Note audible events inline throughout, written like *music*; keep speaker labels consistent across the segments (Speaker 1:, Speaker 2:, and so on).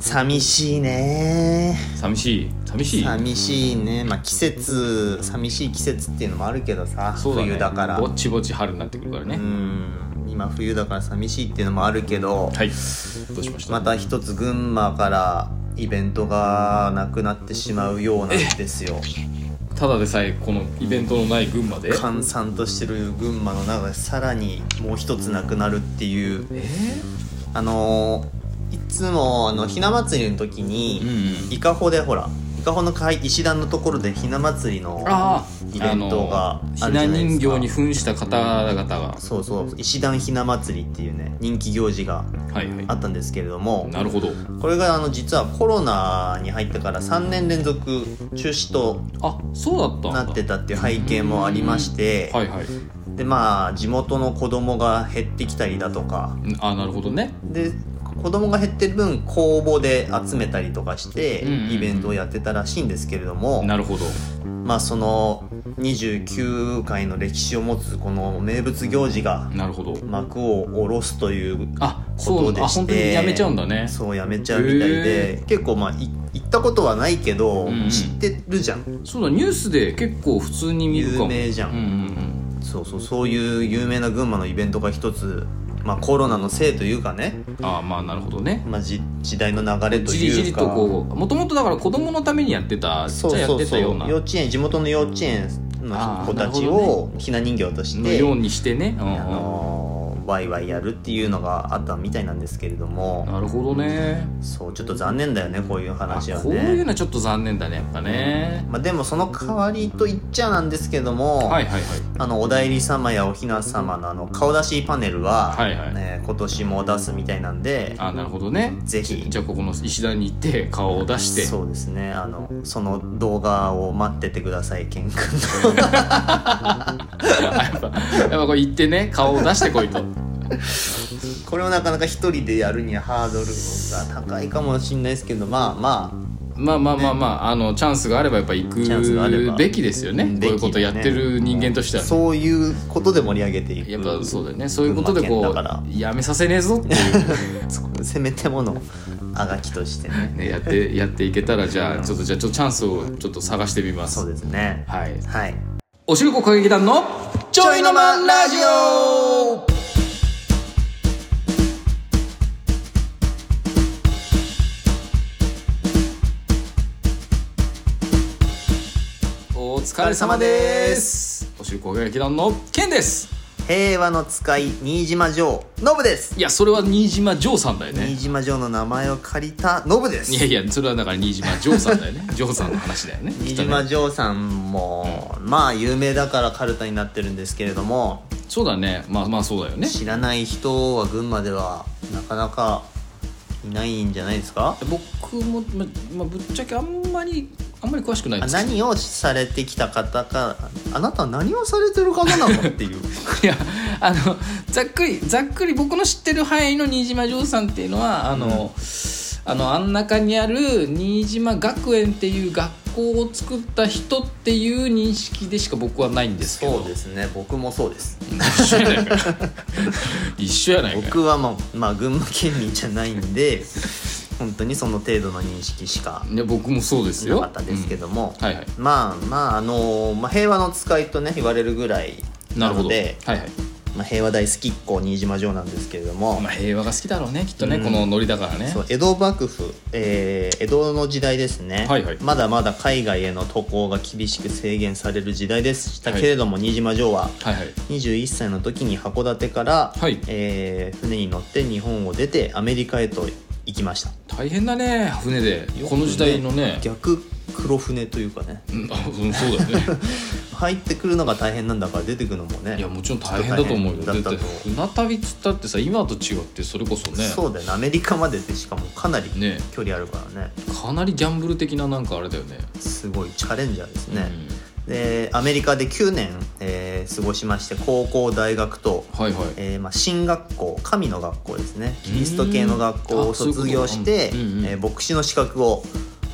Speaker 1: 寂しいね
Speaker 2: 寂しい寂しい
Speaker 1: 寂しいねまあ季節寂しい季節っていうのもあるけどさ、
Speaker 2: そうだ、ね、
Speaker 1: 冬だから
Speaker 2: ぼちぼち春になってくるからね、
Speaker 1: うん今冬だから寂しいっていうのもあるけど、
Speaker 2: はいどうしました
Speaker 1: また一つ群馬からイベントがなくなってしまうようなんですよ
Speaker 2: ただでさえこのイベントのない群馬で
Speaker 1: 閑散としてる群馬の中でさらにもう一つなくなるっていう
Speaker 2: え
Speaker 1: あのーいつもあのひな祭りの時
Speaker 2: ーうん
Speaker 1: に、
Speaker 2: うん
Speaker 1: 伊香保でほら伊香保の会石段のところでひな祭りの
Speaker 2: あ
Speaker 1: イベントがあ
Speaker 2: ひ
Speaker 1: るじ
Speaker 2: な
Speaker 1: ゃないです
Speaker 2: 人
Speaker 1: か
Speaker 2: 形に扮した方々がは
Speaker 1: そうそう石段ひな祭りっていうね人気行事が
Speaker 2: いはい
Speaker 1: あったんですけれども
Speaker 2: なるほど
Speaker 1: これがあの実はコロナに入ってから3年連続中止と
Speaker 2: あそうだったんだ
Speaker 1: なってたっていう背景もありまして、
Speaker 2: はいはい
Speaker 1: でまあ地元の子供が減ってきたりだとか
Speaker 2: あなるほどね
Speaker 1: で子供が減ってる分公募で集めたりとかして
Speaker 2: うんうんうん
Speaker 1: イベントをやってたらしいんですけれども、
Speaker 2: なるほど
Speaker 1: まあその29回の歴史を持つこの名物行事が
Speaker 2: なるほど
Speaker 1: 幕を下ろすという
Speaker 2: あそうなん
Speaker 1: こと
Speaker 2: だ
Speaker 1: で
Speaker 2: あ
Speaker 1: して
Speaker 2: 本当にやめちゃうんだね
Speaker 1: そうやめちゃうみたい
Speaker 2: へ
Speaker 1: で結構まあい行ったことはないけど、
Speaker 2: うんうん
Speaker 1: 知ってるじゃん
Speaker 2: そうだニュースで結構普通に見るか
Speaker 1: 有
Speaker 2: も
Speaker 1: 名じゃん、
Speaker 2: うんうん
Speaker 1: そうそうそういう有名な群馬のイベントが一つ、まあ、コロナのせいというかね、
Speaker 2: うんあまあなるほどね
Speaker 1: まあ、じ時代の流れというか
Speaker 2: じりじりとこうもともとだから子供のためにやってたち
Speaker 1: そ
Speaker 2: っちゃ
Speaker 1: う
Speaker 2: いや
Speaker 1: そ
Speaker 2: っ
Speaker 1: う
Speaker 2: て
Speaker 1: そ
Speaker 2: た
Speaker 1: う
Speaker 2: ような
Speaker 1: 幼稚園地元の幼稚園の子たちをひな人形とし
Speaker 2: の
Speaker 1: て、
Speaker 2: ようにしてね、うんうん
Speaker 1: あのーワイワイやるっていうのがあったみたいなんですけれども
Speaker 2: なるほどね
Speaker 1: そうちょっと残念だよねこういう
Speaker 2: あ
Speaker 1: 話は
Speaker 2: こういう
Speaker 1: ね、
Speaker 2: のはちょっと残念だねやっぱね、
Speaker 1: まあ、でもその代わりと言っちゃなんですけども、
Speaker 2: はいはい
Speaker 1: あのおだいり様やおひな様のあの顔出しパネルは、
Speaker 2: はいはい
Speaker 1: ね、今年も出すみたいなんで
Speaker 2: はいあなるほどね
Speaker 1: ぜひ
Speaker 2: じゃあここの石段に行って顔を出して
Speaker 1: そうですねあのその動画を待っててくださいケン君
Speaker 2: *laughs* やっぱ *laughs* やっぱこう行ってね顔を出してこいと
Speaker 1: これをなかなか一人でやるにはハードルが高いかもしれないですけどまあま
Speaker 2: まあまあまあまああのチャンスがあればやっぱ行
Speaker 1: チャンスがあれば
Speaker 2: くべきですよね
Speaker 1: うん
Speaker 2: こういう
Speaker 1: べきだね
Speaker 2: ことやってる人間として
Speaker 1: あ
Speaker 2: はね
Speaker 1: そういうことで盛り上げていく
Speaker 2: やっぱそうだよねそういうことでこ
Speaker 1: 群馬県だから
Speaker 2: うやめさせねえぞっていう
Speaker 1: せめてもの *laughs* あがきとしてね
Speaker 2: ね、やってやっていけたらじゃあちょっとじゃあちょっとチャンスをちょっと探してみま
Speaker 1: そう
Speaker 2: す。
Speaker 1: ですね
Speaker 2: はい。
Speaker 1: はい
Speaker 2: おしるこ歌劇団のちょいのまんラジオ。お疲れ様です。おしるこ歌劇団のケンです。
Speaker 1: 平和の使い新島城ノブです
Speaker 2: いやそれは新島ジョーさんだよね
Speaker 1: 新。島城の名前を借りたノブです
Speaker 2: いやいやそれはだから新島ジョーさんだよね。ジョーさんの話だよね。
Speaker 1: *laughs* 新
Speaker 2: きっとね
Speaker 1: 島城さんも、まあ有名だからカルタになってるんですけれども
Speaker 2: そうだね。まあまあそうだよね。
Speaker 1: 知らない人は群馬ではなかなかいないんじゃないですか
Speaker 2: 僕も、ままあ、ぶっちゃけあんまりあんまり詳しくないん
Speaker 1: あ
Speaker 2: ですけど
Speaker 1: 何をされてきた方かあなたは何をされてる方なのって
Speaker 2: *laughs*
Speaker 1: いう
Speaker 2: *laughs* いやあのざっくりざっくり僕の知ってる範囲の新島城さんっていうのはあの、あのあん中にある新島学園っていう学校を作った人っていう認識でしか僕はないんですけど
Speaker 1: そうですね僕もそうです
Speaker 2: 一緒やないか *laughs* 一緒やないか
Speaker 1: 僕はもう、まあ、群馬県民じゃないんで本当にその程度の認識しか
Speaker 2: いや僕もそうです
Speaker 1: な
Speaker 2: よ
Speaker 1: かったですけども、
Speaker 2: うんはいはい
Speaker 1: まあまああのまあ、平和の使いとね言われるぐらい
Speaker 2: な
Speaker 1: な
Speaker 2: るほ
Speaker 1: の
Speaker 2: ど
Speaker 1: で
Speaker 2: はいはい
Speaker 1: まあ、平和大好きっ子新島城なんですけれども、
Speaker 2: まあ平和が好きだろうねきっとね、このノリだからね
Speaker 1: そう江戸幕府、えー江戸の時代ですね、
Speaker 2: はいはい
Speaker 1: まだまだ海外への渡航が厳しく制限される時代でしたけれども、新島城は
Speaker 2: はいはい
Speaker 1: 21歳の時に函館から、
Speaker 2: はい
Speaker 1: えー船に乗って日本を出てアメリカへと行きました
Speaker 2: 大変だね船でこの時代のね
Speaker 1: 逆黒船というかね
Speaker 2: うんあうんそうだよ *laughs* ね
Speaker 1: 入ってくるのが大変なんだから出てくのもね
Speaker 2: いやもちろん大変だと思うよ
Speaker 1: ちょ
Speaker 2: だ
Speaker 1: っ
Speaker 2: っ
Speaker 1: と
Speaker 2: て
Speaker 1: 大変だったと
Speaker 2: 船旅っつったってさ今と違ってそれこそね
Speaker 1: そうだよねアメリカまででしかもかなり
Speaker 2: ね
Speaker 1: 距離あるからね
Speaker 2: かなりギャンブル的ななんかあれだよね
Speaker 1: すごいチャレンジャーですね、でアメリカで9年、えー過ごしまして高校大学と、
Speaker 2: うん、はいはい
Speaker 1: えーまあ、新学校神の学校ですねキリスト系の学校を卒業して
Speaker 2: あそういうことうんうん
Speaker 1: えー牧師の資格を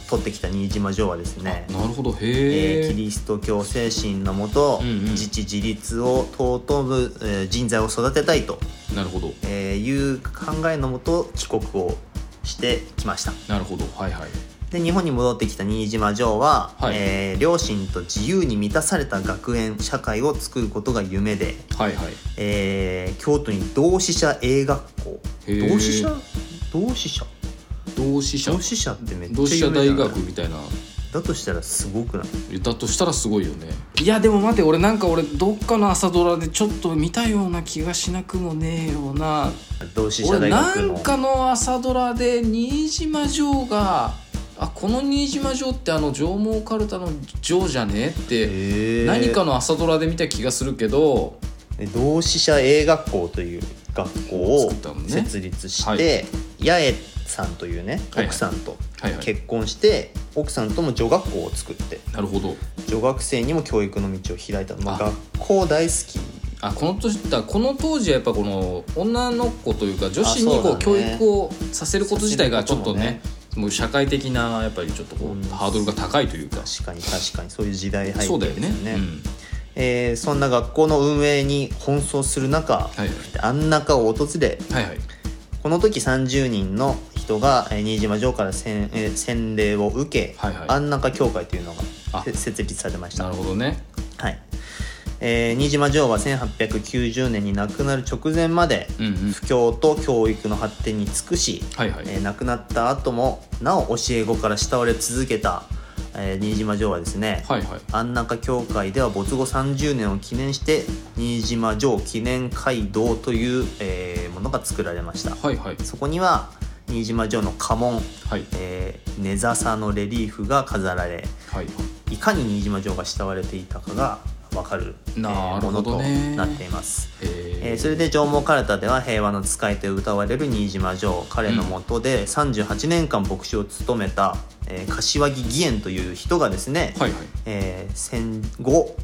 Speaker 1: 取ってきた新島城はですね、
Speaker 2: なるほど
Speaker 1: え
Speaker 2: へえ
Speaker 1: ーキリスト教精神のもと、
Speaker 2: うんうん
Speaker 1: 自治自立を尊ぶ、えー人材を育てたいと、
Speaker 2: なるほど
Speaker 1: えーいう考えのもと帰国をしてきました
Speaker 2: なるほどはいはい
Speaker 1: で日本に戻ってきた新島ジョーは、
Speaker 2: はい
Speaker 1: えー両親と自由に満たされた学園社会を作ることが夢で、
Speaker 2: はいはい
Speaker 1: えー京都に同志社 A 学校
Speaker 2: へー
Speaker 1: 同志社同志社
Speaker 2: 同志社
Speaker 1: 同志社ってめっちゃ
Speaker 2: 同志社
Speaker 1: 有名
Speaker 2: 大
Speaker 1: だな
Speaker 2: 学みたいな
Speaker 1: だとしたらすごくない
Speaker 2: だとしたらすごいよねいやでも待って俺なんか俺どっかの朝ドラでちょっと見たような気がしなくもねえような
Speaker 1: 同志社
Speaker 2: 俺
Speaker 1: 大
Speaker 2: な
Speaker 1: 学
Speaker 2: ん
Speaker 1: の
Speaker 2: かの朝ドラで新島城があこの新島城ってあの上毛かるたの城じゃねって
Speaker 1: へー
Speaker 2: 何かの朝ドラで見た気がするけど
Speaker 1: で同志社 A 学校という学校を
Speaker 2: 作ったのね
Speaker 1: 設立して、
Speaker 2: は
Speaker 1: 八重さんというね
Speaker 2: はいはい
Speaker 1: 奥さんと
Speaker 2: はいはい
Speaker 1: 結婚して、奥さんとも女学校を作って
Speaker 2: なるほど
Speaker 1: 女学生にも教育の道を開いた、まあ、
Speaker 2: あ
Speaker 1: 学校大好き
Speaker 2: あこの年だこの当時はやっぱこの女の子というか女子にこう
Speaker 1: あそう
Speaker 2: 教
Speaker 1: だね
Speaker 2: 育をさせること自体がちょっとね
Speaker 1: させる
Speaker 2: もう社会的なやっぱりちょっとこう、
Speaker 1: うん
Speaker 2: ハードルが高いというか
Speaker 1: 確かに確かにそういう時代背
Speaker 2: そうだ
Speaker 1: 景
Speaker 2: よ
Speaker 1: です
Speaker 2: ね
Speaker 1: よね
Speaker 2: うん
Speaker 1: えーそんな学校の運営に奔走する中、
Speaker 2: はい
Speaker 1: あん中を訪れ
Speaker 2: はいはい
Speaker 1: この時30人の人が、えー新島城から洗,、えー洗礼を受け、
Speaker 2: はいはい
Speaker 1: 安中教会というのが
Speaker 2: あ
Speaker 1: せ設立されました
Speaker 2: なるほどね
Speaker 1: はいえー新島城は1890年に亡くなる直前まで
Speaker 2: うんうん
Speaker 1: 布教と教育の発展に尽くし、
Speaker 2: はいはい、
Speaker 1: えー亡くなった後もなお教え子から慕われ続けた、えー新島城はですね、
Speaker 2: はいはい
Speaker 1: 安中教会では没後30年を記念して新島城記念街道という、えーものが作られました
Speaker 2: はいはい
Speaker 1: そこには新島城の家紋、
Speaker 2: はい
Speaker 1: えー、根笹のレリーフが飾られ
Speaker 2: はい
Speaker 1: いかに新島城が慕われていたかが分かるえー
Speaker 2: なる
Speaker 1: も
Speaker 2: ほ
Speaker 1: の
Speaker 2: ど
Speaker 1: と
Speaker 2: ね
Speaker 1: なっています。え
Speaker 2: え
Speaker 1: ーそれで上毛かるたでは平和の使いと歌われる新島城彼のもとで38年間牧師を務めた、えー柏木義円という人がですね、
Speaker 2: はいはい
Speaker 1: えー戦後、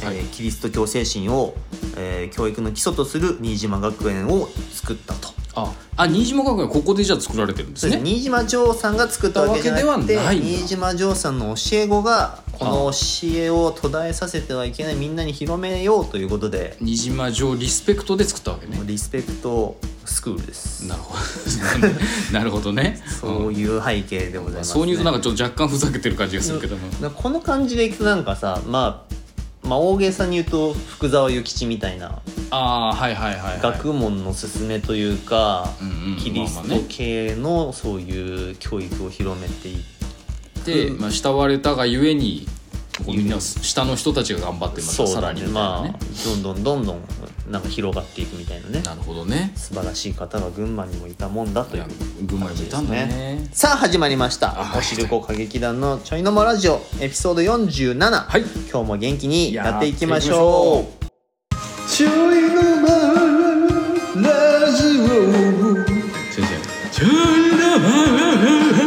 Speaker 1: えー
Speaker 2: はい
Speaker 1: キリスト教精神を、えー教育の基礎とする新島学園を作ったと。
Speaker 2: ああ新島学園はここでじゃあ作られてるん
Speaker 1: そ
Speaker 2: です
Speaker 1: う
Speaker 2: ね
Speaker 1: です新島城さんが作ったわけじゃなくて
Speaker 2: わけではないんだ
Speaker 1: 新島城さんの教え子がこの教えを途絶えさせてはいけないみんなに広めようということで
Speaker 2: 新島城リスペクトで作ったわけね
Speaker 1: リスペクトスクールです
Speaker 2: なるほど *laughs* なるほどね
Speaker 1: そういう背景でござい
Speaker 2: まあ
Speaker 1: ます、
Speaker 2: そういうとなん
Speaker 1: か
Speaker 2: かちょっと若干ふざけてる感じがするけども
Speaker 1: この感じでいくとなんかさ、まあ、まあ大げさに言うと福沢諭吉みたいな
Speaker 2: ああはいはいはい、はい、
Speaker 1: 学問の勧めというか、
Speaker 2: うんうん
Speaker 1: キリス
Speaker 2: まあまあ
Speaker 1: ト
Speaker 2: ね
Speaker 1: 系のそういう教育を広めていって
Speaker 2: で、まあ、慕われたがゆえにこうみんな下の人たちが頑張ってまたさらにみたいなね
Speaker 1: ま、あどんどんどんどんなんか広がっていくみたいなね
Speaker 2: なるほどね
Speaker 1: 素晴らしい方が群馬にもいたもんだと
Speaker 2: い
Speaker 1: いう
Speaker 2: や群馬にもいたんだね
Speaker 1: さあ始まりました「
Speaker 2: あ
Speaker 1: おしるこ歌劇団のちょいのもラジオ」エピソード47、
Speaker 2: はい
Speaker 1: 今日も元気にやっていきまし
Speaker 2: やっ
Speaker 1: ょ
Speaker 2: て
Speaker 1: うちょいのもラジオ
Speaker 2: 先生ちょいだ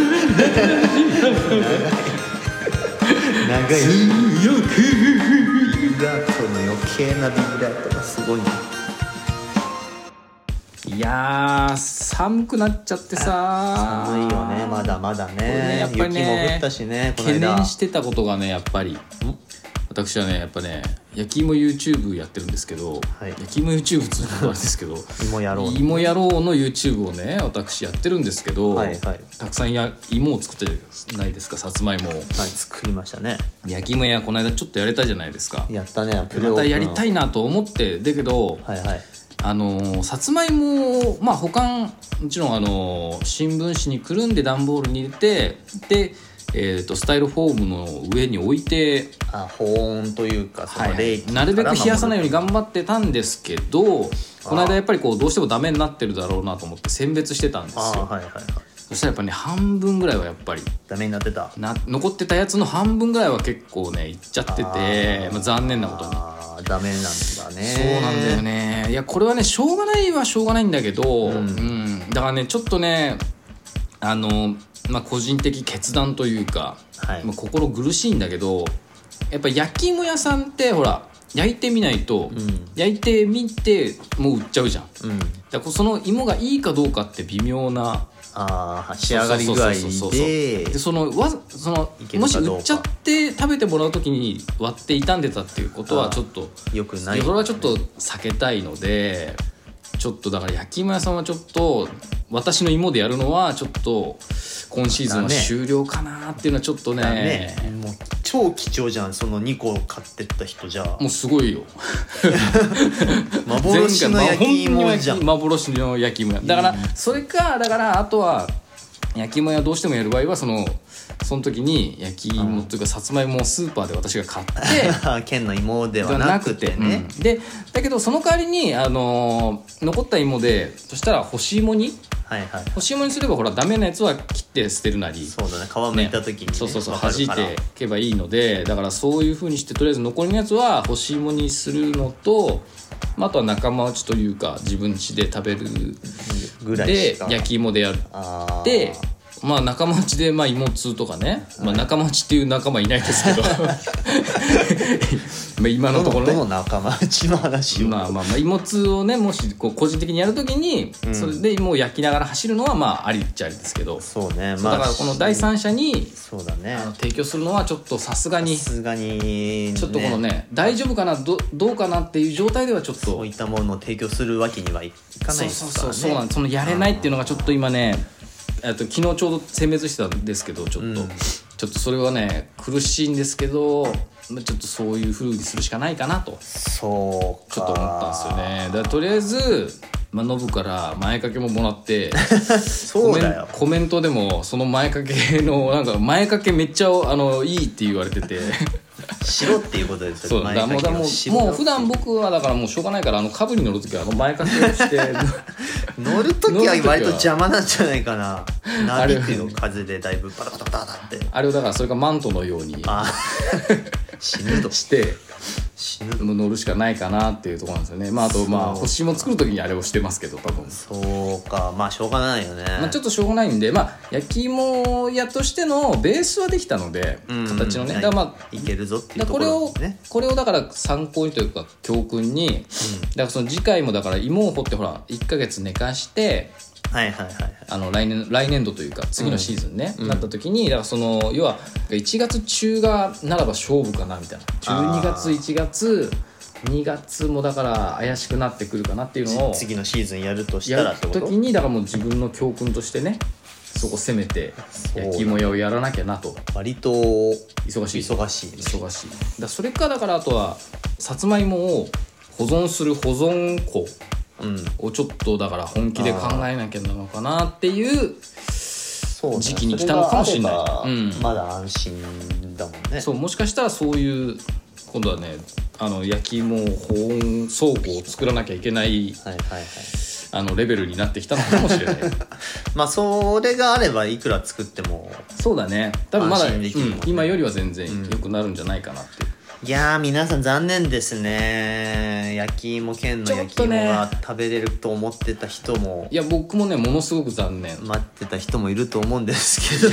Speaker 1: 長い
Speaker 2: よく
Speaker 1: ビブラートの余計なビブラートがすごいない
Speaker 2: やー寒くなっちゃってさ
Speaker 1: 寒いよねまだまだね
Speaker 2: やっぱりね
Speaker 1: 雪も降ったしねこの
Speaker 2: 懸
Speaker 1: 間
Speaker 2: 念してたことがねやっぱり私はねやっぱね焼き芋 YouTube やってるんですけど、
Speaker 1: はい
Speaker 2: 焼き芋 YouTube っていうのもあれですけど
Speaker 1: 芋やろう
Speaker 2: 芋野郎の YouTube をね私やってるんですけど、
Speaker 1: はいはい
Speaker 2: たくさんや芋を作ってるじゃないですかさつまいもを
Speaker 1: はい、作りましたね
Speaker 2: 焼き芋やこの間ちょっとやれたじゃないですか
Speaker 1: やったねプレ
Speaker 2: またやりた
Speaker 1: い
Speaker 2: いなと思ってだけど、
Speaker 1: はいはい
Speaker 2: あのーさつまいもをまあ保管もちろん、あのー新聞紙にくるんで段ボールに入れてで、えー、とスタイルフォームの上に置いて、
Speaker 1: あ保温というかそ
Speaker 2: はい
Speaker 1: の
Speaker 2: はい
Speaker 1: 冷気
Speaker 2: なるべく冷やさないように
Speaker 1: が
Speaker 2: 頑張ってたんですけどこの間やっぱりこうどうしてもダメになってるだろうなと思って選別してたんです
Speaker 1: ああ
Speaker 2: よ
Speaker 1: はいはいはい
Speaker 2: そしたらやっぱね半分ぐらいはやっぱり
Speaker 1: ダメになってた
Speaker 2: な残ってたやつの半分ぐらいは結構ねいっちゃってて
Speaker 1: あー
Speaker 2: まあ、残念なことに。
Speaker 1: ああダメなんだねそう
Speaker 2: そうなんだよねいやこれはねしょうがないはしょうがないんだけど、うんだからねちょっとねあの、まあ、個人的決断というか、
Speaker 1: はい
Speaker 2: まあ心苦しいんだけどやっぱ焼き芋屋さんってほら焼いてみないと、
Speaker 1: ん
Speaker 2: 焼いてみてもう売っちゃうじゃんだか
Speaker 1: うん
Speaker 2: らこうその芋がいいかどうかって微妙な
Speaker 1: ああ仕上がり具合
Speaker 2: そうそうそうそうそう
Speaker 1: で
Speaker 2: でそのわずその
Speaker 1: いける
Speaker 2: もし
Speaker 1: かどうか
Speaker 2: 売っちゃって食べてもらう時に割って傷んでたっていうことはちょっと
Speaker 1: よくない
Speaker 2: それはちょっと避けたいのでちょっとだから焼き芋屋さんはちょっと私の芋でやるのはちょっと今シーズンは
Speaker 1: だね
Speaker 2: 終了かなっていうのはちょっとね
Speaker 1: ねもう超貴重じゃんその2個買ってった人じゃあ
Speaker 2: もうすごいよ
Speaker 1: 幻の焼き芋じゃん
Speaker 2: 前回まあ本当に焼き幻の焼き芋やだからそれかだからあとは焼き芋屋どうしてもやる場合はそのその時に焼き芋というかさつまいもをスーパーで私が買って *laughs*
Speaker 1: *laughs* 県の芋ではなくてね
Speaker 2: うんでだけどその代わりに、あのー残った芋でそしたら干し芋に
Speaker 1: はいはい
Speaker 2: 干し芋にすればほらダメなやつは切って捨てるなり
Speaker 1: そうだね皮剥いた時にね、
Speaker 2: そうそうそう
Speaker 1: わか
Speaker 2: 弾
Speaker 1: る
Speaker 2: い
Speaker 1: から
Speaker 2: ていけばいいのでだからそういうふうにしてとりあえず残りのやつは干し芋にするのと、まあ、あとは仲間内というか自分家で食べる
Speaker 1: ぐらい
Speaker 2: で
Speaker 1: しか
Speaker 2: 焼き芋でやっ
Speaker 1: あー
Speaker 2: てまあ仲間内でまあ芋通とかね、まあ、仲間内っていう仲間いないですけど
Speaker 1: *laughs*
Speaker 2: まあ今
Speaker 1: ど
Speaker 2: のとこ
Speaker 1: の
Speaker 2: ろね
Speaker 1: どの仲間内の話を、
Speaker 2: まあまあまあ芋通をねもしこう個人的にやるときに
Speaker 1: ん
Speaker 2: それで芋を焼きながら走るのはまあありっちゃありですけど、
Speaker 1: そうね
Speaker 2: そう
Speaker 1: まあ
Speaker 2: だからこの第三者に
Speaker 1: そうだね
Speaker 2: あの提供するのはちょっとさすがに
Speaker 1: さすがに、ね、
Speaker 2: ちょっとこのね大丈夫かなどどうかなっていう状態ではちょっと
Speaker 1: そういったものを提供するわけにはいかないですから
Speaker 2: そうそうそう
Speaker 1: ね
Speaker 2: そうなんですそのやれないっていうのがちょっと今ねえっと昨日ちょうど選別してたんですけどちょっと、
Speaker 1: うん
Speaker 2: ちょっとそれはね苦しいんですけどまあちょっとそういう風にするしかないかなと
Speaker 1: そうか
Speaker 2: ちょっと思ったんですよねだからとりあえずまあノブから前掛けももらって
Speaker 1: そうだよ
Speaker 2: コメンコメントでもその前掛けのなんか前掛けめっちゃあのいいって言われてて。
Speaker 1: しろっていうことです
Speaker 2: そう
Speaker 1: よ
Speaker 2: だからもうだからもうもう普段僕はだからもうしょうがないからあの株に乗る時はあの前掛けを
Speaker 1: *laughs*
Speaker 2: して
Speaker 1: 乗るときは割と邪魔なんじゃないか
Speaker 2: *laughs*
Speaker 1: な
Speaker 2: あれ
Speaker 1: 波っていうの風でだいぶバタバタバタって
Speaker 2: あれをだからそれがマントのように
Speaker 1: あ
Speaker 2: *laughs*
Speaker 1: 死ぬと
Speaker 2: して
Speaker 1: 死ぬと
Speaker 2: 乗るしかないかなっていうところなんですよねまああとまあ
Speaker 1: そう
Speaker 2: 星も作る時にあれをしてますけど多分。
Speaker 1: そうかまあしょうがないよね、
Speaker 2: まあ、ちょっとしょうがないんで、まあ、焼き芋屋としてのベースはできたので、
Speaker 1: うん
Speaker 2: 形のね
Speaker 1: は
Speaker 2: だ
Speaker 1: い
Speaker 2: からまあ
Speaker 1: いけるぞっていう
Speaker 2: だ
Speaker 1: とこ
Speaker 2: これ
Speaker 1: ろ
Speaker 2: を
Speaker 1: ですね
Speaker 2: これをだから参考にというか教訓に、だからその次回もだから芋を掘ってほら1ヶ月寝かして
Speaker 1: はいはいはいはい
Speaker 2: あの来年来年度というか次のシーズンね、なった時にだからその要は1月中がならば勝負かなみたいな12月
Speaker 1: あー
Speaker 2: 1月2月もだから怪しくなってくるかなっていうのを
Speaker 1: 次のシーズンやるとした
Speaker 2: や
Speaker 1: らっ
Speaker 2: る
Speaker 1: てこと
Speaker 2: 時にだからもう自分の教訓としてねそこ攻めて
Speaker 1: そう
Speaker 2: 焼き芋屋をやらなきゃなと
Speaker 1: 割と
Speaker 2: 忙しい
Speaker 1: 忙しいね
Speaker 2: 忙しいだからそれかだからあとはさつまいもを保存する保存庫
Speaker 1: うん
Speaker 2: をちょっとだから本気で考えなきゃなのかなっていう
Speaker 1: そうね
Speaker 2: 時期に来たのかもしれない
Speaker 1: そがあば
Speaker 2: うん
Speaker 1: まだ安心だもんね
Speaker 2: そうもしかしたらそういう今度はねあの焼き芋保温倉庫を作らなきゃいけない
Speaker 1: はいはいはい
Speaker 2: あのレベルになってきたのかもしれない
Speaker 1: まあそれがあればいくら作っても
Speaker 2: *laughs* そうだね多分まだ、
Speaker 1: 安心できるもんね
Speaker 2: うん今よりは全然良くなるんじゃないかなっていう、
Speaker 1: いやー皆さん残念ですね焼き芋県の焼き芋が食べれると思ってた人も
Speaker 2: いや僕もねものすごく残念
Speaker 1: 待ってた人もいると思うんですけど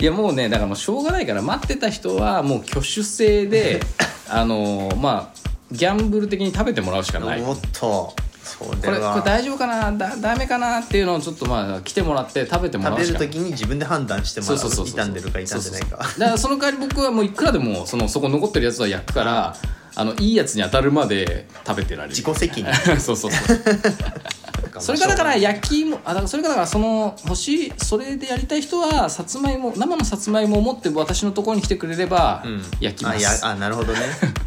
Speaker 2: いやもうねだからもうしょうがないから待ってた人はもう挙手制 *laughs* であのまあギャンブル的に食べてもらうしかな
Speaker 1: *laughs*
Speaker 2: い
Speaker 1: おっとそ
Speaker 2: こ
Speaker 1: れ
Speaker 2: れこれ
Speaker 1: は
Speaker 2: 大丈夫かなだダメかなっていうのをちょっとまあ来てもらって食べてもら
Speaker 1: 食
Speaker 2: う
Speaker 1: べ
Speaker 2: し
Speaker 1: る
Speaker 2: かない
Speaker 1: 時に自分で判断してもら
Speaker 2: そううそうそうそう
Speaker 1: 傷んでるか傷んでない
Speaker 2: そう
Speaker 1: か
Speaker 2: そうそうだからその代わり僕はもういくらでもそのそこ残ってるやつは焼くからあのいいやつに当たるまで食べてられる
Speaker 1: 自己責任
Speaker 2: *laughs* そう
Speaker 1: *laughs*
Speaker 2: そうそう *laughs* それがだから焼き芋あだからそれがだからその欲しいそれでやりたい人はさつまいも生のさつまいもを持って私のところに来てくれれば
Speaker 1: うん
Speaker 2: 焼きま
Speaker 1: あや
Speaker 2: す、
Speaker 1: あなるほど
Speaker 2: *laughs*
Speaker 1: ね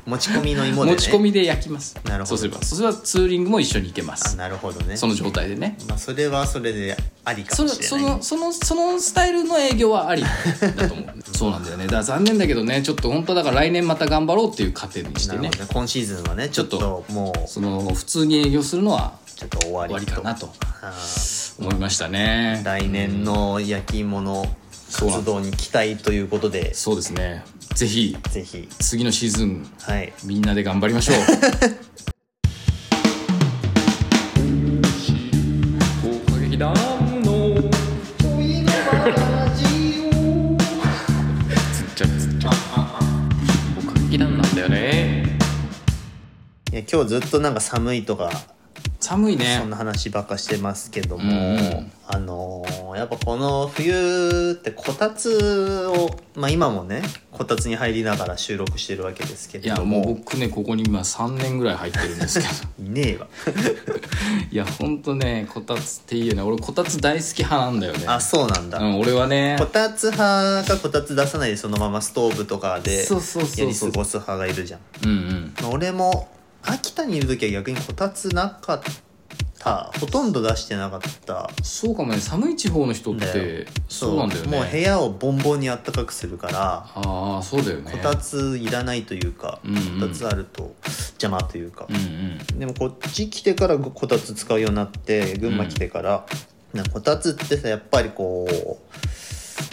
Speaker 1: 持ち込みの芋で、ね、
Speaker 2: 持ち込みで焼きます
Speaker 1: なるほど
Speaker 2: そうすればそうすればツーリングも一緒に行けま
Speaker 1: あ
Speaker 2: す
Speaker 1: なるほどね
Speaker 2: その状態でね
Speaker 1: まあ、それはそれでありか
Speaker 2: そ
Speaker 1: も
Speaker 2: の
Speaker 1: しれない
Speaker 2: そのそのそのスタイルの営業はありだと思う *laughs* そうなんだよねだから残念だけどねちょっと本当だから来年また頑張ろうっていう過程にして
Speaker 1: な
Speaker 2: ね
Speaker 1: るほどね今シーズンはねちょっ
Speaker 2: ち
Speaker 1: ともう
Speaker 2: その普通に営業するのは
Speaker 1: ちょっと終わ
Speaker 2: 終わ
Speaker 1: り
Speaker 2: り
Speaker 1: と
Speaker 2: かなと
Speaker 1: あ
Speaker 2: 思いましたね
Speaker 1: ー来年の焼き芋の活動に期待ということで
Speaker 2: そうですねぜひ
Speaker 1: ぜひ
Speaker 2: 次のシーズン
Speaker 1: はい
Speaker 2: みんなで頑張
Speaker 1: *laughs*
Speaker 2: りましょう豪華劇団のつっちゃうつっちゃう豪華劇団なんだよね
Speaker 1: いや今日ずっとなんか寒いとか
Speaker 2: 寒いね
Speaker 1: そんな話ばっかしてますけども、
Speaker 2: うん
Speaker 1: あのーやっぱこの冬ってこたつを、まあ、今もねこたつに入りながら収録してるわけですけ
Speaker 2: い
Speaker 1: れ
Speaker 2: や
Speaker 1: ど
Speaker 2: も
Speaker 1: も
Speaker 2: う僕ねここに今3年ぐらい入ってるんです
Speaker 1: *laughs*
Speaker 2: けど
Speaker 1: いねえわ
Speaker 2: いやほんとねこたつっていいよね俺こたつ大好き派なんだよね
Speaker 1: あそうなんだ、
Speaker 2: うん、俺はね
Speaker 1: こたつ派かこたつ出さないでそのままストーブとかで
Speaker 2: そうそう
Speaker 1: や
Speaker 2: そう
Speaker 1: り
Speaker 2: そ
Speaker 1: 過
Speaker 2: う
Speaker 1: ごす派がいるじゃん、
Speaker 2: うんうん
Speaker 1: まあ俺も秋田にいる時は逆にこたつなかったほとんど出してなかった
Speaker 2: そうかもね寒い地方の人っ
Speaker 1: だ
Speaker 2: てそうなんだよね
Speaker 1: もう部屋をボンボンにあったかくするから
Speaker 2: ああそうだよね
Speaker 1: こたついらないというか、
Speaker 2: うんうん
Speaker 1: こたつあると邪魔というか
Speaker 2: う、んうん
Speaker 1: でもこっち来てからこたつ使うようになって群馬来てから、なんかこたつってさやっぱりこ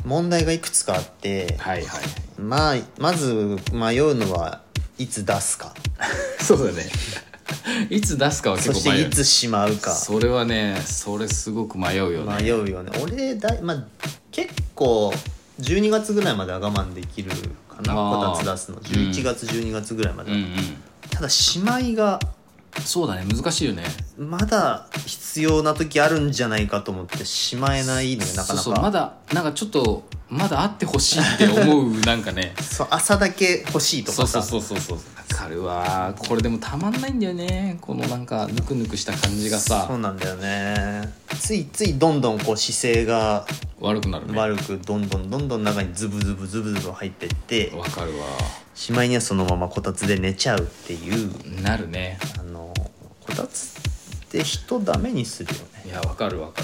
Speaker 1: う問題がいくつかあって、
Speaker 2: はい
Speaker 1: *laughs*
Speaker 2: はい
Speaker 1: まあまず迷うのはいつ出すか
Speaker 2: そうだね *laughs* いつ出すかは結
Speaker 1: そし
Speaker 2: 構
Speaker 1: て
Speaker 2: 迷
Speaker 1: いうつしまうか
Speaker 2: それはねそれすごく迷うよね、
Speaker 1: 迷うよね俺だい、まあ、結構12月ぐらいまでは我慢できるかな
Speaker 2: あ
Speaker 1: こ
Speaker 2: ー
Speaker 1: たつ出すの11月、12月ぐらいまで
Speaker 2: うん
Speaker 1: は、
Speaker 2: うん
Speaker 1: ただしまいが
Speaker 2: そうだね難しいよね
Speaker 1: まだ必要な時あるんじゃないかと思ってしまえないのよなかなか
Speaker 2: そうそうまだなんかちょっとまだあってほしいって思
Speaker 1: *laughs*
Speaker 2: うなんかね
Speaker 1: そう朝だけ欲しいと
Speaker 2: そう
Speaker 1: か
Speaker 2: そ
Speaker 1: さ
Speaker 2: うそうそうそうわかるわこれでもたまんないんだよねこのなんかぬくぬくした感じが
Speaker 1: そ
Speaker 2: さ
Speaker 1: うなんだよねついついどんどんこう姿勢が
Speaker 2: 悪くなるねわ
Speaker 1: 悪くどんどんどんどん中にズブズブズブズブ入ってって
Speaker 2: かるわ
Speaker 1: しまいにはそのままこたつで寝ちゃうっていう
Speaker 2: なるね
Speaker 1: あのこたつって人ダメにするよね
Speaker 2: いやわかるわか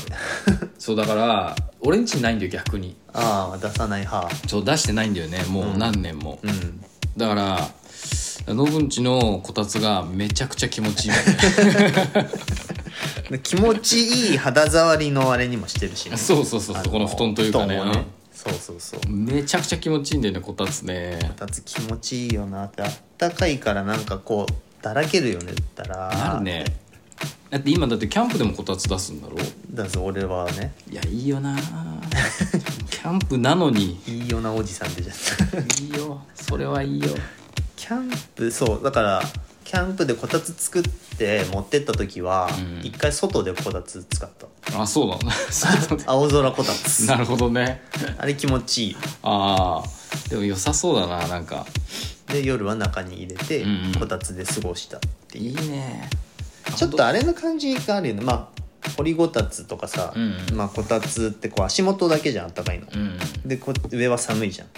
Speaker 2: る *laughs* そうだから俺んちにないんだよ逆に
Speaker 1: ああ出さない派
Speaker 2: そう出してないんだよねもう何年も、
Speaker 1: うん
Speaker 2: だからノブんちのこたつがめちゃくちゃ気持 *laughs* ちいいよ
Speaker 1: で気持ちいい肌触りのあれにもしてるしね
Speaker 2: ね *laughs* そうそうそうそうこの布団というかね
Speaker 1: 布団をねそうそうそうこ
Speaker 2: うんめちゃくちゃ気持ちいいんだよねこたつね
Speaker 1: たつ気持ちいいよなってあったかいからなんかこうだらけるよねったら
Speaker 2: なるねだって今だってキャンプでもこたつ出すんだろ
Speaker 1: だぞ俺はね
Speaker 2: いやいいよ *laughs* なキャンプなのに
Speaker 1: いいよなおじさんでじゃん
Speaker 2: いいよそれはいいよ
Speaker 1: *laughs* キャンプそうだからキャンプでこたつ作って持ってった時は
Speaker 2: うん
Speaker 1: 一、回外でこたつ使った
Speaker 2: あそう *laughs* なのそうだね
Speaker 1: 青空こた
Speaker 2: *laughs*
Speaker 1: つ
Speaker 2: なるほどね
Speaker 1: あれ気持ちいい
Speaker 2: ああでも良さそうだななんか
Speaker 1: で夜は中に入れて
Speaker 2: うんうん
Speaker 1: こたつで過ごした、
Speaker 2: いいね
Speaker 1: ちょっとあれの感じがあるよねまあ掘りごたつとかさ、
Speaker 2: うんうん
Speaker 1: まあ、こたつってこう足元だけじゃんあったかいの、
Speaker 2: うんうん
Speaker 1: でこ上は寒いじゃん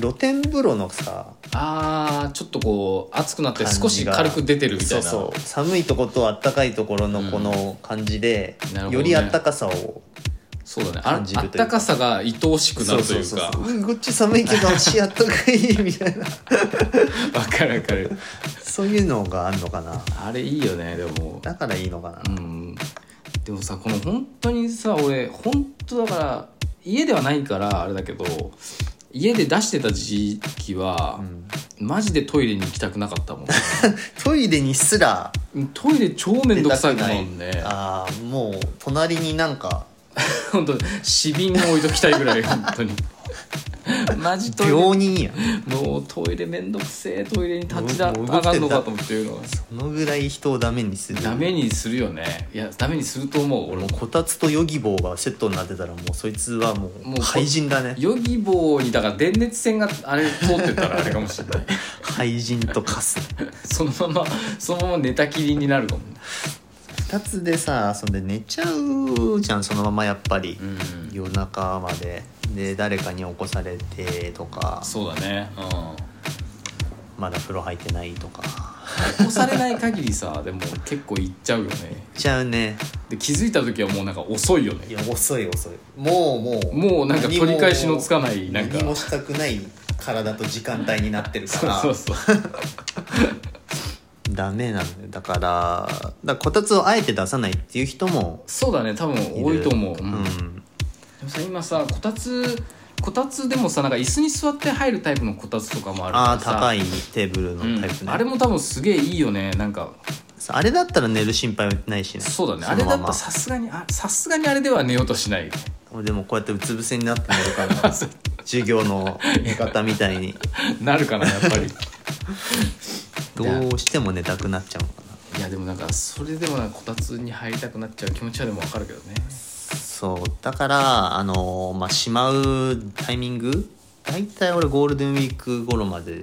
Speaker 1: 露天風呂のさ
Speaker 2: あーちょっとこう熱くなって少し
Speaker 1: 感じが
Speaker 2: 軽く出てるみた
Speaker 1: そ
Speaker 2: いうな
Speaker 1: そう寒いとことあったかいところのこの感じで、
Speaker 2: なるほどね
Speaker 1: よりあったかさを
Speaker 2: そうだねあ
Speaker 1: 感じる
Speaker 2: あ
Speaker 1: と
Speaker 2: っ
Speaker 1: いうか
Speaker 2: たかさが愛おしくなるというか
Speaker 1: そうそうそううんこっち寒いけど足あったかいみたいな
Speaker 2: わかるわかる
Speaker 1: そういうのがあんのかな
Speaker 2: あれいいよねでも
Speaker 1: だからいいのかな、
Speaker 2: うんでもさこの本当にさ俺本当だから家ではないからあれだけど家で出してた時期は、
Speaker 1: うん
Speaker 2: マジでトイレに行きたくなかったもん
Speaker 1: トイレにすら
Speaker 2: トイレ超めんどくさい
Speaker 1: 出
Speaker 2: もん
Speaker 1: た
Speaker 2: ね
Speaker 1: くないああもう隣になんか
Speaker 2: *laughs* 本当死瓶を置いときたいぐ *laughs* らい本当にマジトイレ
Speaker 1: 病人やん
Speaker 2: もうトイレめんどくせえトイレに立ちだ上がるのかと思っていうのは
Speaker 1: そのぐらい人をダメにする
Speaker 2: ダメにするよねいやダメにすると思う俺
Speaker 1: も
Speaker 2: も
Speaker 1: うこたつとヨギボーがセットになってたらもうそいつはも
Speaker 2: もう
Speaker 1: う廃人だね
Speaker 2: ヨギボーにだから電熱線があれ通ってたらあれかもしれない *laughs*
Speaker 1: 廃人とカス
Speaker 2: そのままそのまま寝たきりになるかもね
Speaker 1: 2つでさ遊んで寝ちゃうじゃんそのままやっぱり、
Speaker 2: うん、
Speaker 1: 夜中までで誰かに起こされてとか
Speaker 2: そうだねう
Speaker 1: まだ風呂入ってないとか
Speaker 2: ん起こされない限りさでも結構行っちゃうよね
Speaker 1: 寝ちゃうね
Speaker 2: で気づいた時はもうなんか遅いよ
Speaker 1: い
Speaker 2: ね
Speaker 1: や遅い遅いもうもう
Speaker 2: もうなんか
Speaker 1: 何
Speaker 2: 取り返しのつかないなんか
Speaker 1: 何もしたくない体と時間帯になってるか
Speaker 2: *laughs* そう
Speaker 1: ら
Speaker 2: そうそう
Speaker 1: ダメなんだよだからだからこたつをあえて出さないっていう人も
Speaker 2: そうだね多分
Speaker 1: る
Speaker 2: 多いと思う、
Speaker 1: う
Speaker 2: うんで
Speaker 1: ん
Speaker 2: もさ今さこたつこたつでもさなんか椅子に座って入るタイプのこたつとかもあるから
Speaker 1: ああ
Speaker 2: さ
Speaker 1: 高いテーブルのタイプね、
Speaker 2: うんあれも多分すげえいいよねなんか
Speaker 1: あれだったら寝る心配はないしね
Speaker 2: そうだねあ
Speaker 1: の
Speaker 2: れ
Speaker 1: ま
Speaker 2: だっ
Speaker 1: ま
Speaker 2: たらさすがにあさすがにあれでは寝ようとしない *laughs*
Speaker 1: でもこうやってうつ伏せになって寝るから授業の寝方みたいに *laughs*
Speaker 2: なるかなやっぱり
Speaker 1: どうしても寝たくなっちゃうのか
Speaker 2: いやでもなんかそれでもなんかこたつに入りたくなっちゃう気持ちはでもわかるけど
Speaker 1: *laughs*
Speaker 2: ね
Speaker 1: そうだからあのまあしまうタイミング大体俺ゴールデンウィーク頃まで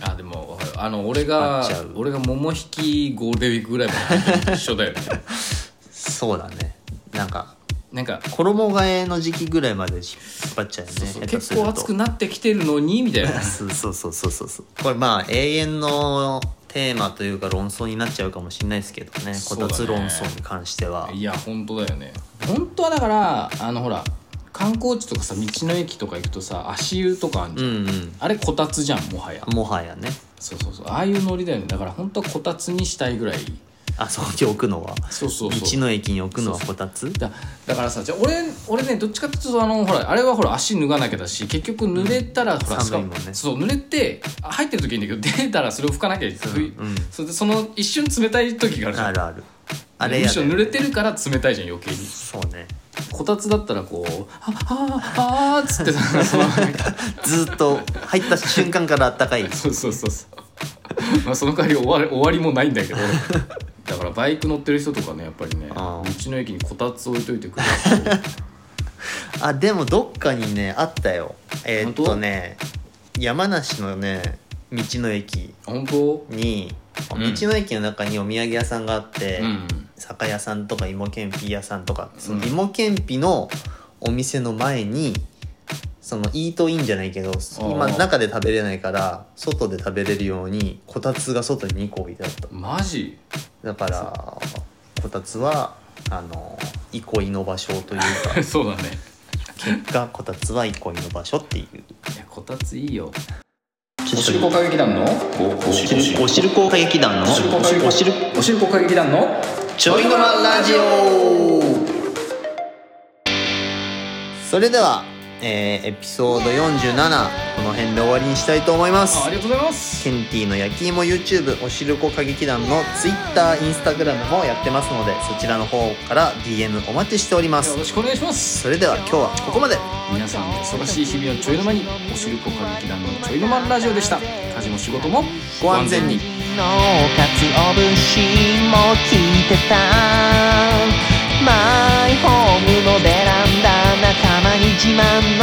Speaker 2: あでもわかるあの俺
Speaker 1: 引っ張
Speaker 2: が
Speaker 1: っちゃう
Speaker 2: 俺が桃引きゴールデンウィークぐらいまで一緒だ
Speaker 1: *laughs*
Speaker 2: よね
Speaker 1: そうだねなんか
Speaker 2: なんか
Speaker 1: 衣替えの時期ぐらいまで引っ張っちゃうよね
Speaker 2: そうそ
Speaker 1: 下手
Speaker 2: う
Speaker 1: す
Speaker 2: 結
Speaker 1: ると
Speaker 2: 構暑くなってきてるのにみたいな
Speaker 1: そうそうそうそうそうそうこれまあ永遠のテーマというか論争になっちゃうかもしれないですけどねこ
Speaker 2: そうだね
Speaker 1: たつ論争に関してはい
Speaker 2: や本当だよね本当はだからあのほら観光地とかさ道の駅とか行くとさ足湯とかあん
Speaker 1: う
Speaker 2: じゃん、
Speaker 1: ん
Speaker 2: あれこたつじゃんもはや
Speaker 1: うんもはやね
Speaker 2: そうそうそうああいうノリだよねだから本当はこたつにしたいぐらい
Speaker 1: あそこに置くのは
Speaker 2: そうそうそう
Speaker 1: 道の駅に置くのはこたつ
Speaker 2: だだからさじゃあ俺俺ねどっちかっていうとあのほらあれはほら足脱がなきゃだし結局濡れたら、ほら
Speaker 1: 寒いもんね
Speaker 2: しかそう濡れてあ入ってる時はいいんだけど出たらそれを拭かなきゃいけない、
Speaker 1: うん
Speaker 2: それでその一瞬冷たい時があるじゃん
Speaker 1: あるあるあれ
Speaker 2: む
Speaker 1: や
Speaker 2: しろ
Speaker 1: だ
Speaker 2: 濡
Speaker 1: よ
Speaker 2: れてるから冷たいじゃん余計に
Speaker 1: そうね
Speaker 2: こたつだったらこう「はあはあはあ」っつってさそのなんか
Speaker 1: ずーっと入った瞬間からあったかい
Speaker 2: そうそうそうそうまあその代わり終わり終わりもないんだけどだからバイク乗ってる人とかねやっぱりね
Speaker 1: あ
Speaker 2: 道
Speaker 1: ー
Speaker 2: の駅にこたつ置いといてくれ
Speaker 1: *laughs* あでもどっかにねあったよえーっ
Speaker 2: 本当
Speaker 1: とね山梨のね道の駅
Speaker 2: 本当
Speaker 1: に道
Speaker 2: うん
Speaker 1: の駅の中にお土産屋さんがあって、
Speaker 2: うん
Speaker 1: 酒屋さんとか芋けんぴ屋さんとかそ
Speaker 2: うん
Speaker 1: の芋けんぴのお店の前にそのイートインじゃないけど今
Speaker 2: あー
Speaker 1: 中で食べれないから外で食べれるようにこたつが外に2個置いてあった
Speaker 2: マジ
Speaker 1: だからこたつはあの憩いの場所というか
Speaker 2: そうだね
Speaker 1: 結果 *laughs* こたつは憩いの場所っていう
Speaker 2: いやこたついいよ
Speaker 1: お
Speaker 2: おしるこ歌劇団のお
Speaker 1: おしるこ歌劇団のおしる
Speaker 2: おしるこ歌劇団の
Speaker 1: ちょいのらラジオそれでは、えーエピソード47この辺で終わりにしたいと思いま
Speaker 2: ああ
Speaker 1: す
Speaker 2: りがとうございます
Speaker 1: ケンティの焼き芋 YouTube おしるこ歌劇団の Twitter、Instagram もやってますのでそちらの方から DM お待ちしております
Speaker 2: よろしくお願いします
Speaker 1: それでは今日はここまで
Speaker 2: 皆さんの忙しい日々をちょいの間におしるこ歌劇団のちょいの間ラジオでした家事も仕事も
Speaker 1: ご安全に
Speaker 3: のかつお節も聞いてたマイホームのベランダ仲間に自慢